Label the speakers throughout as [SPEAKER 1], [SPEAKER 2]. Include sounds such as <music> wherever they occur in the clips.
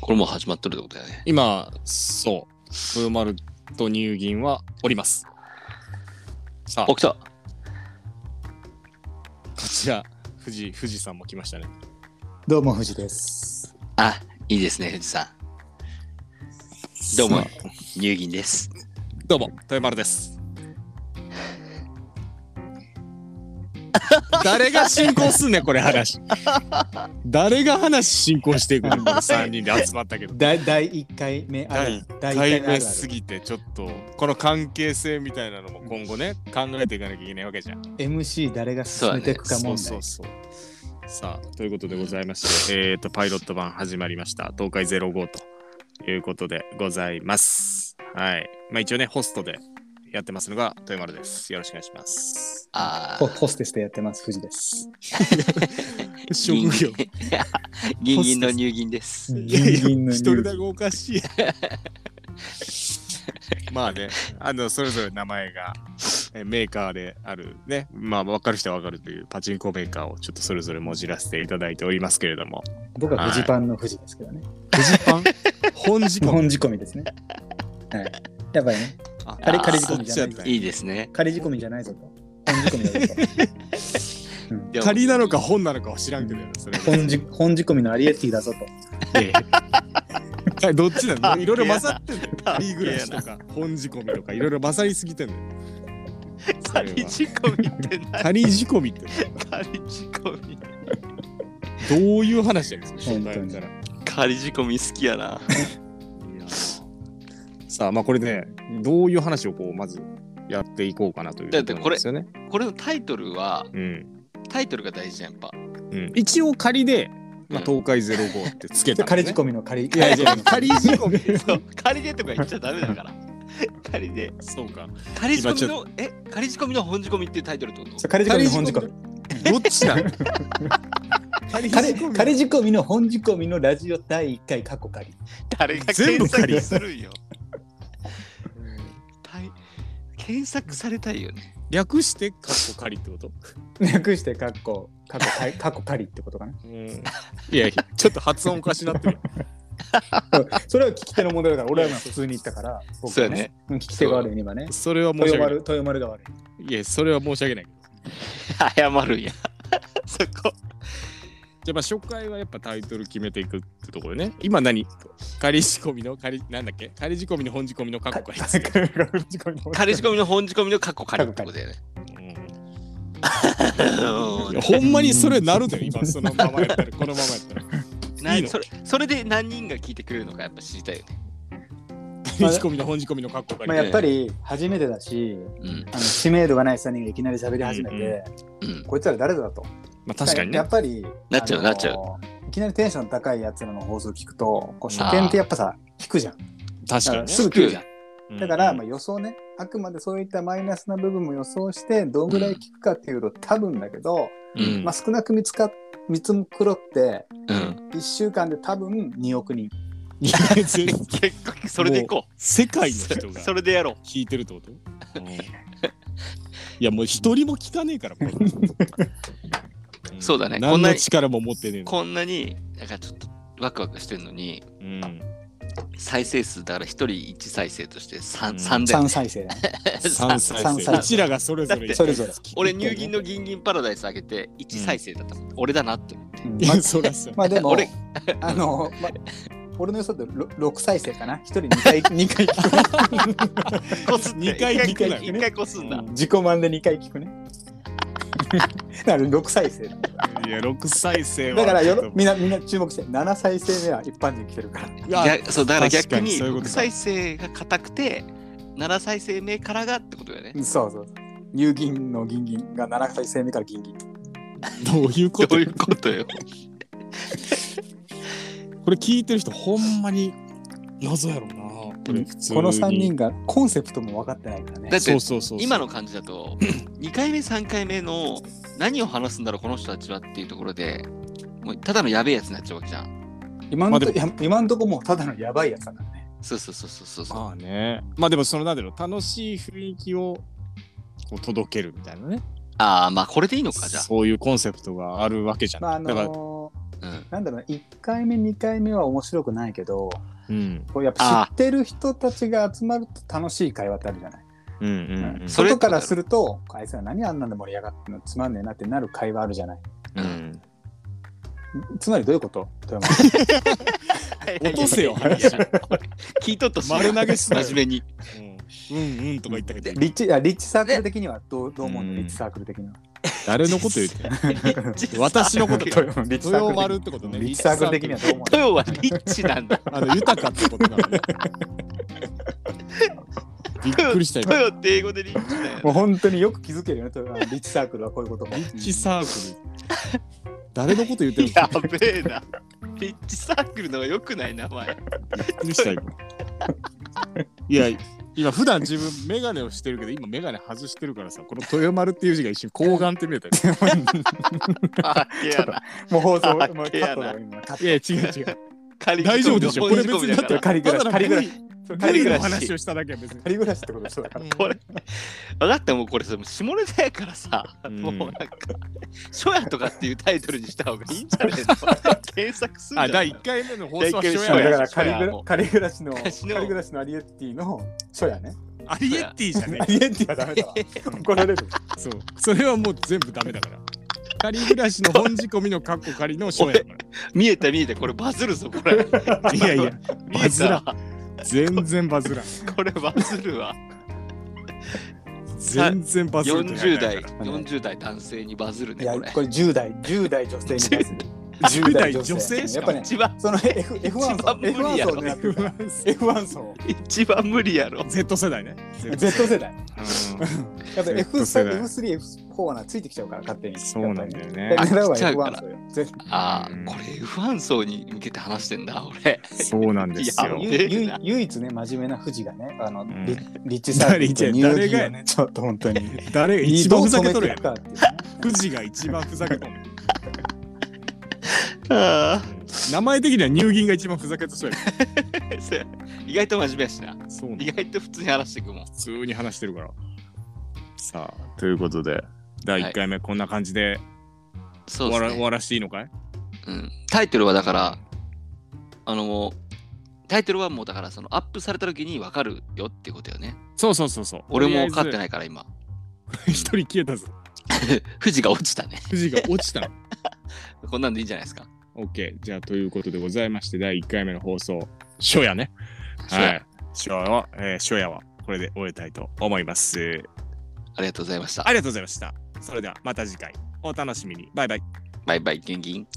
[SPEAKER 1] これもう始まっとるってことだよね。
[SPEAKER 2] 今、そう、豊丸と乳銀はおります。さあ、
[SPEAKER 1] あ、
[SPEAKER 2] こ
[SPEAKER 1] 来た
[SPEAKER 2] ちら、富士、富士山も来ましたね。
[SPEAKER 3] どうも、藤です。
[SPEAKER 1] あ、いいですね、富士さん。どうも、乳銀です。
[SPEAKER 2] どうも、豊丸です。誰が進行すんねんこれ話。誰が話進行していくの3人
[SPEAKER 3] <laughs>
[SPEAKER 2] で集まったけど。
[SPEAKER 3] 第第一回目ある。第
[SPEAKER 2] 対
[SPEAKER 3] 一回目あ
[SPEAKER 2] 面
[SPEAKER 3] るあ
[SPEAKER 2] す
[SPEAKER 3] る。
[SPEAKER 2] ぎてちょっとこの関係性みたいなのも今後ね考えていかなきゃいけないわけじゃん。
[SPEAKER 3] MC 誰が進めていくか
[SPEAKER 2] そ
[SPEAKER 3] 問
[SPEAKER 2] う
[SPEAKER 3] 題。
[SPEAKER 2] そうそう。さあということでございま <laughs> して、えー、とパイロット版始まりました東海05ということでございます。はい。まあ一応ねホストでやってますのが豊丸です。よろしくお願いし <laughs> ます。
[SPEAKER 1] あ
[SPEAKER 3] ホホステスでやってます、藤です。
[SPEAKER 1] ー、
[SPEAKER 2] 職業。
[SPEAKER 1] 銀銀の乳銀です。
[SPEAKER 3] ギンギンのニ
[SPEAKER 2] 一
[SPEAKER 3] ュ
[SPEAKER 2] 人
[SPEAKER 3] ー
[SPEAKER 2] だけおかしい。まあね、 <laughs> あのそれぞれ名前がえメーカーであるね、まあ分かる人は分かるというパチンコメーカーをちょっとそれぞれもじらせていただいておりますけれども。
[SPEAKER 3] 僕は藤パンの藤ですけどね。
[SPEAKER 2] フジパン本仕
[SPEAKER 3] 日
[SPEAKER 2] 込み
[SPEAKER 3] 本仕込みですね。はい。やばいね。
[SPEAKER 2] あ
[SPEAKER 3] 仮
[SPEAKER 1] あー
[SPEAKER 3] 仮仕込みじ
[SPEAKER 2] そっ
[SPEAKER 3] ゃない
[SPEAKER 2] ちや
[SPEAKER 3] ぞ
[SPEAKER 2] った。んや
[SPEAKER 1] いいですね。
[SPEAKER 3] 仮仕込みじゃないぞと。本仕込みだぞと。うん
[SPEAKER 1] でも
[SPEAKER 2] 仮なのか本なのかは知らんけどよ <laughs> それ
[SPEAKER 3] 本仕本仕込みのアリエッティだぞと。
[SPEAKER 2] いやどっちなのいろいろ混ざってんのよ。
[SPEAKER 1] あ
[SPEAKER 2] 仮暮らしとか本仕込みとかいろいろ混ざりすぎてんのよ。それは
[SPEAKER 1] 仮仕込みって何
[SPEAKER 2] 仮仕込みって
[SPEAKER 1] 仮仕込み。
[SPEAKER 2] どういう話やねんですか初対面から。
[SPEAKER 1] 仮仕込み好きやな。
[SPEAKER 2] さあまあこれねどういう話をこうまずやっていこうかなという
[SPEAKER 1] だって
[SPEAKER 2] ところなんですよね。
[SPEAKER 1] これのタイトルは、
[SPEAKER 2] うん
[SPEAKER 1] タイトルが大事じゃん、やっぱ。
[SPEAKER 2] うん、一応仮で、まあ、
[SPEAKER 1] うん
[SPEAKER 2] 東海05ってつけた、ね、
[SPEAKER 3] 仮仕込みの仮。い
[SPEAKER 2] いやい
[SPEAKER 3] や
[SPEAKER 2] や仮仕込み
[SPEAKER 1] そう仮でとか言っちゃダメだから。仮で。
[SPEAKER 2] <laughs> そうか
[SPEAKER 1] 仮仕込みの、え、仮仕込みの本仕込みっていうタイトルってこと
[SPEAKER 3] そう仮仕込みの本仕込み。
[SPEAKER 2] どっちなの仮仕
[SPEAKER 3] 仮
[SPEAKER 2] 込み
[SPEAKER 3] 仮仕込みの本仕込みのラジオ第一回過去仮。
[SPEAKER 1] 誰が
[SPEAKER 2] 全部
[SPEAKER 1] 検
[SPEAKER 2] 仮
[SPEAKER 1] 索するんよ。大検索されたいよね。
[SPEAKER 2] 略してカッコ仮ってこと、
[SPEAKER 3] 略して過去、過去仮、過去仮ってことかな。
[SPEAKER 2] いやいやちょっと発音おかしなってる
[SPEAKER 3] <laughs> それは聞き手の問題だから、俺は今普通に言ったから、僕は
[SPEAKER 1] そうやね
[SPEAKER 3] ね、うん聞き手が悪いね、今ね。
[SPEAKER 2] それは申し
[SPEAKER 3] 豊
[SPEAKER 2] 訳な
[SPEAKER 3] 丸、豊丸が悪い。
[SPEAKER 2] いいやそれは申し訳ない
[SPEAKER 1] 謝るんや。そこ。
[SPEAKER 2] じゃあまあ初回はやっぱタイトル決めていくってところね。今何仮仕込みの仮なんだっけ仮仕込みの本仕込みの過去回
[SPEAKER 3] <laughs>
[SPEAKER 2] ですよ。
[SPEAKER 1] 仮仕込みの本仕込みの過去仮ってことだよね。
[SPEAKER 2] うんいやほんまにそれなるで今そのままやったらこのままやった
[SPEAKER 3] <laughs>
[SPEAKER 2] ら。
[SPEAKER 1] ない
[SPEAKER 2] いの
[SPEAKER 1] それそれで何人が聞いてくれるのかやっぱ知りたいよね。
[SPEAKER 2] 仮仕込みの本仕込みの過去回。
[SPEAKER 3] まあやっぱり初めてだし、
[SPEAKER 1] うん
[SPEAKER 3] あの知名度がない3人がいきなり喋り始め
[SPEAKER 2] うん
[SPEAKER 3] て、
[SPEAKER 1] うん。
[SPEAKER 3] こいつら誰だと。
[SPEAKER 2] まあ確かに
[SPEAKER 3] や
[SPEAKER 2] ね
[SPEAKER 3] っ。ぱり、
[SPEAKER 1] なっちゃう
[SPEAKER 3] あの
[SPEAKER 1] なっちゃう
[SPEAKER 3] いきなりテンション高いやつらの放送聞くと、こう初見ってやっぱさ、引くじゃん。
[SPEAKER 2] 確
[SPEAKER 3] だか
[SPEAKER 2] からにね
[SPEAKER 3] すぐ来るじゃん。
[SPEAKER 2] うん。
[SPEAKER 3] だから、まあ、予想ね、あくまでそういったマイナスな部分も予想して、どんぐらい聞くかっていうと、多分だけど、
[SPEAKER 1] うん
[SPEAKER 3] まあ、少なく見つか見積もろって、
[SPEAKER 1] うん。
[SPEAKER 3] 1週間で多分2億人。
[SPEAKER 2] いや全然
[SPEAKER 1] 結構それでいこう。
[SPEAKER 2] 世界の人が
[SPEAKER 1] それでやろう。
[SPEAKER 2] 聞いてるってこといやもう一人も聞かねえからもう
[SPEAKER 1] そうだねこん
[SPEAKER 2] 何
[SPEAKER 1] な
[SPEAKER 2] の
[SPEAKER 1] に
[SPEAKER 2] 力も持ってねえの
[SPEAKER 1] こんなになんかちょっとワクワクしてんのに
[SPEAKER 2] うん
[SPEAKER 1] 再生数だから1人1再生として
[SPEAKER 2] う
[SPEAKER 1] 3,
[SPEAKER 2] ん
[SPEAKER 1] 三で、
[SPEAKER 3] 3再生だね。
[SPEAKER 2] 三歳
[SPEAKER 3] 三
[SPEAKER 2] 生
[SPEAKER 3] 歳
[SPEAKER 2] うちらがそれぞれ
[SPEAKER 3] それぞれ。
[SPEAKER 1] 俺乳銀の銀銀パラダイス上げて1再生だったもん、俺だなって思って
[SPEAKER 3] うん
[SPEAKER 2] い
[SPEAKER 3] ま
[SPEAKER 2] やそらそう
[SPEAKER 3] まあでも
[SPEAKER 1] 俺、
[SPEAKER 3] <laughs> あの、ま、俺の予想だとろ6再生かな。1人2回、 <laughs> 二回聞く。
[SPEAKER 1] こすって
[SPEAKER 2] <laughs> 二回
[SPEAKER 1] 一
[SPEAKER 2] 聞くなよね
[SPEAKER 1] 一回こすんだ、
[SPEAKER 3] 自己満で2回聞くね。だから6再生だ。
[SPEAKER 2] いや6再生は
[SPEAKER 3] だからよろ
[SPEAKER 2] う
[SPEAKER 3] みんな、みんな注目して、7再生目は一般人来てるから。
[SPEAKER 2] わ
[SPEAKER 1] いやそうだから
[SPEAKER 2] 確
[SPEAKER 1] 逆
[SPEAKER 2] かに
[SPEAKER 1] に
[SPEAKER 2] そういうこと
[SPEAKER 1] 6
[SPEAKER 2] か
[SPEAKER 1] 再生が硬くて7再生目からがってことだよね
[SPEAKER 3] うんそうそう。乳銀の銀銀が7再生目から銀銀。
[SPEAKER 2] どういうこ
[SPEAKER 1] ど
[SPEAKER 2] と
[SPEAKER 1] ういうことよ
[SPEAKER 2] これ聞いてる人ほんまに謎やろうなこれ普通に
[SPEAKER 3] この3人がコンセプトも分かってないからね
[SPEAKER 1] だ。って
[SPEAKER 2] そうそうそうそう
[SPEAKER 1] 今の感じだと2回目3回目の何を話すんだろうこの人たちはっていうところでもうただのやべえやつになっちゃうわけじゃん
[SPEAKER 3] 今のと、
[SPEAKER 2] まあで
[SPEAKER 3] いや今のとこもうただのやばいやつだからね。
[SPEAKER 1] そうそうそうそうそうそう
[SPEAKER 2] まあねまあでもそのなんだろう楽しい雰囲気をこう届けるみたいなね
[SPEAKER 1] ああまあこれでいいのかじゃ
[SPEAKER 2] そういうコンセプトがあるわけじゃ
[SPEAKER 3] まあ
[SPEAKER 2] な
[SPEAKER 3] あ
[SPEAKER 2] いだから
[SPEAKER 3] の
[SPEAKER 1] あ、うん、
[SPEAKER 3] なんだろうな、1回目、2回目は面白くないけど、
[SPEAKER 2] うん。
[SPEAKER 3] こうやっぱ知ってる人たちが集まると楽しい会話ってあるじゃない。
[SPEAKER 2] うん
[SPEAKER 3] うん
[SPEAKER 1] それ
[SPEAKER 3] 外からすると、あいつら何あんなんで盛り上がってんのつまんねえなってなる会話あるじゃない。
[SPEAKER 2] うん。う
[SPEAKER 1] うん
[SPEAKER 2] ん。
[SPEAKER 3] つまりどういうこと富 <laughs> 山
[SPEAKER 2] 落とせよ
[SPEAKER 1] いやいやいや聞いとったし
[SPEAKER 2] 丸投げすなよ
[SPEAKER 1] 真面目に。
[SPEAKER 2] うんうんとか言ったけど、
[SPEAKER 3] リッチあリッチサークル的にはどうどう思うの
[SPEAKER 2] うん
[SPEAKER 3] リッチサークル的には。
[SPEAKER 2] 誰のこと言ってんの私のこと
[SPEAKER 1] リッチ
[SPEAKER 2] 豊
[SPEAKER 3] 豊リッチサー
[SPEAKER 2] 豊
[SPEAKER 3] クル
[SPEAKER 2] 丸っ
[SPEAKER 3] 的
[SPEAKER 2] てことね。
[SPEAKER 3] リッチサークル的にはどう思うの
[SPEAKER 1] 豊はリッチなんだ。
[SPEAKER 2] あの豊かってことなのね。びっくりした今。
[SPEAKER 1] 豊って英語でリッチだよ。
[SPEAKER 3] もう本当によく気づけるよね、豊山リッチサークルはこういうことも。
[SPEAKER 2] リッチサークル。誰のこと言ってるの
[SPEAKER 1] やべえな。リッチサークルの方が良くない名前。
[SPEAKER 2] びっくりした今。いや、今普段自分メガネをしてるけど、今メガネ外してるからさ、この豊丸っていう字が一瞬、睾丸って見えたよ。
[SPEAKER 1] あいやな。
[SPEAKER 3] もう放送、もう
[SPEAKER 1] あ
[SPEAKER 3] カ
[SPEAKER 1] い
[SPEAKER 3] <laughs>
[SPEAKER 1] や
[SPEAKER 3] ットだよ、今。カット
[SPEAKER 2] いや、違う違う。
[SPEAKER 1] 仮
[SPEAKER 2] 大丈夫でしょ
[SPEAKER 1] 本仕込みだから
[SPEAKER 2] これ別にだって
[SPEAKER 3] カリグラス、カリグラス。
[SPEAKER 2] 無
[SPEAKER 3] カリ
[SPEAKER 2] 理
[SPEAKER 3] グ
[SPEAKER 2] の
[SPEAKER 3] ラス。
[SPEAKER 2] 話をしただけは別に。
[SPEAKER 3] カリグラスってことでしょだから。
[SPEAKER 1] これ、分かったもうこれさ、下ネタやからさ、
[SPEAKER 2] うん
[SPEAKER 1] もうなんか、初夜とかっていうタイトルにした方がいいんじゃねえの検索する
[SPEAKER 2] あ、
[SPEAKER 1] んじゃな
[SPEAKER 2] 第
[SPEAKER 1] い
[SPEAKER 2] 1回目の放送は初
[SPEAKER 1] そう
[SPEAKER 3] だ
[SPEAKER 2] 夜
[SPEAKER 3] か
[SPEAKER 2] や
[SPEAKER 3] らカリグ
[SPEAKER 2] 初夜
[SPEAKER 3] ラ
[SPEAKER 2] も
[SPEAKER 3] カリグラスの
[SPEAKER 1] 昔の
[SPEAKER 3] カリグラスのアリエッティの書やね。
[SPEAKER 2] アリエッティじゃね
[SPEAKER 3] アリエッティはダメだわ。怒られる。
[SPEAKER 2] え。そう。それはもう全部ダメだから。仮暮らしの本仕込みのカッコ仮の初夜だか
[SPEAKER 1] 見えた見えた、これバズるぞ、これ。
[SPEAKER 2] ら。いやいや、
[SPEAKER 1] 見え
[SPEAKER 2] バズ
[SPEAKER 1] た
[SPEAKER 2] らん。全然バズらん。
[SPEAKER 1] これバズるわ。
[SPEAKER 2] 全然バズる。
[SPEAKER 1] 40代、40代男性にバズる
[SPEAKER 3] い
[SPEAKER 1] ね、
[SPEAKER 3] や、
[SPEAKER 1] これ。
[SPEAKER 3] これ10代、10代女性に対す <laughs> る。
[SPEAKER 2] 10代女性し
[SPEAKER 3] やっ
[SPEAKER 2] か
[SPEAKER 3] ぱね、
[SPEAKER 1] 一番、
[SPEAKER 3] その F- F1
[SPEAKER 1] 一
[SPEAKER 3] 層
[SPEAKER 1] 番、無理
[SPEAKER 3] F1
[SPEAKER 1] やろ
[SPEAKER 3] 層狙ってるから。F1 層、
[SPEAKER 1] 一番無理やろ。
[SPEAKER 2] Z 世代ね。
[SPEAKER 3] Z 世代。
[SPEAKER 2] うん
[SPEAKER 3] やっぱ F3
[SPEAKER 2] Z 世代
[SPEAKER 3] F3、F4 はなついてきちゃうから、勝手に。
[SPEAKER 2] そうなんだよね
[SPEAKER 3] やっぱり狙うは
[SPEAKER 1] 来ちゃうから
[SPEAKER 3] F1 層よ。ぜ
[SPEAKER 1] ああ、
[SPEAKER 2] うん
[SPEAKER 1] これ F1 層に向けて話してんだ、俺。
[SPEAKER 2] そうなんですよ
[SPEAKER 1] い。や
[SPEAKER 3] ゆゆ唯一ね、真面目な富士がね、あの、
[SPEAKER 2] ん
[SPEAKER 3] リリッチサークルとニュー
[SPEAKER 2] 誰
[SPEAKER 3] ギ
[SPEAKER 2] が
[SPEAKER 3] ア
[SPEAKER 2] や
[SPEAKER 3] ね、ちょっと本当に。
[SPEAKER 2] 誰一番ふざけとるやん
[SPEAKER 3] ど。う止めていくかっていうね
[SPEAKER 2] 富士が一番ふざけとる。
[SPEAKER 1] あ
[SPEAKER 2] 名前的には乳銀が一番ふざけとそうや
[SPEAKER 1] あ、そうや <laughs> 意外と真面目やしな。
[SPEAKER 2] ん。そうなん
[SPEAKER 1] 意外と普通に話していくもん。
[SPEAKER 2] 普通に話してるから。さあ、ということで、第1回目こんな感じで
[SPEAKER 1] そう
[SPEAKER 2] 終
[SPEAKER 1] で
[SPEAKER 2] わ
[SPEAKER 1] す
[SPEAKER 2] ら,、
[SPEAKER 1] ね。
[SPEAKER 2] 終わらしていいのかい
[SPEAKER 1] うん、タイトルはだから、あのもう、タイトルはもうだから、そのアップされた時に分かるよってことよね。
[SPEAKER 2] そうそうそうそう。。
[SPEAKER 1] 俺も分かってないいから今。
[SPEAKER 2] 一人消えたぞ。
[SPEAKER 1] <laughs> 富士が落ちたね。
[SPEAKER 2] 富士が落ちたの。 <laughs>
[SPEAKER 1] こんなんでいいんじゃないですか。
[SPEAKER 2] OK。じゃあ、ということでございまして、第1回目の放送、初夜ね。
[SPEAKER 1] 初夜
[SPEAKER 2] はい。初夜は、えー初夜はこれで終えたいと思います。
[SPEAKER 1] ありがとうございました。
[SPEAKER 2] ありがとうございました。それではまた次回お楽しみに。バイバイ。
[SPEAKER 1] バイバイ、ギンギン。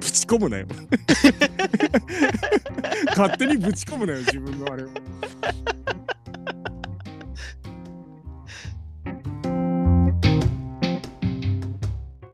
[SPEAKER 2] ぶち込む <laughs> なよ。勝手にぶち込むなよ、自分のあれを。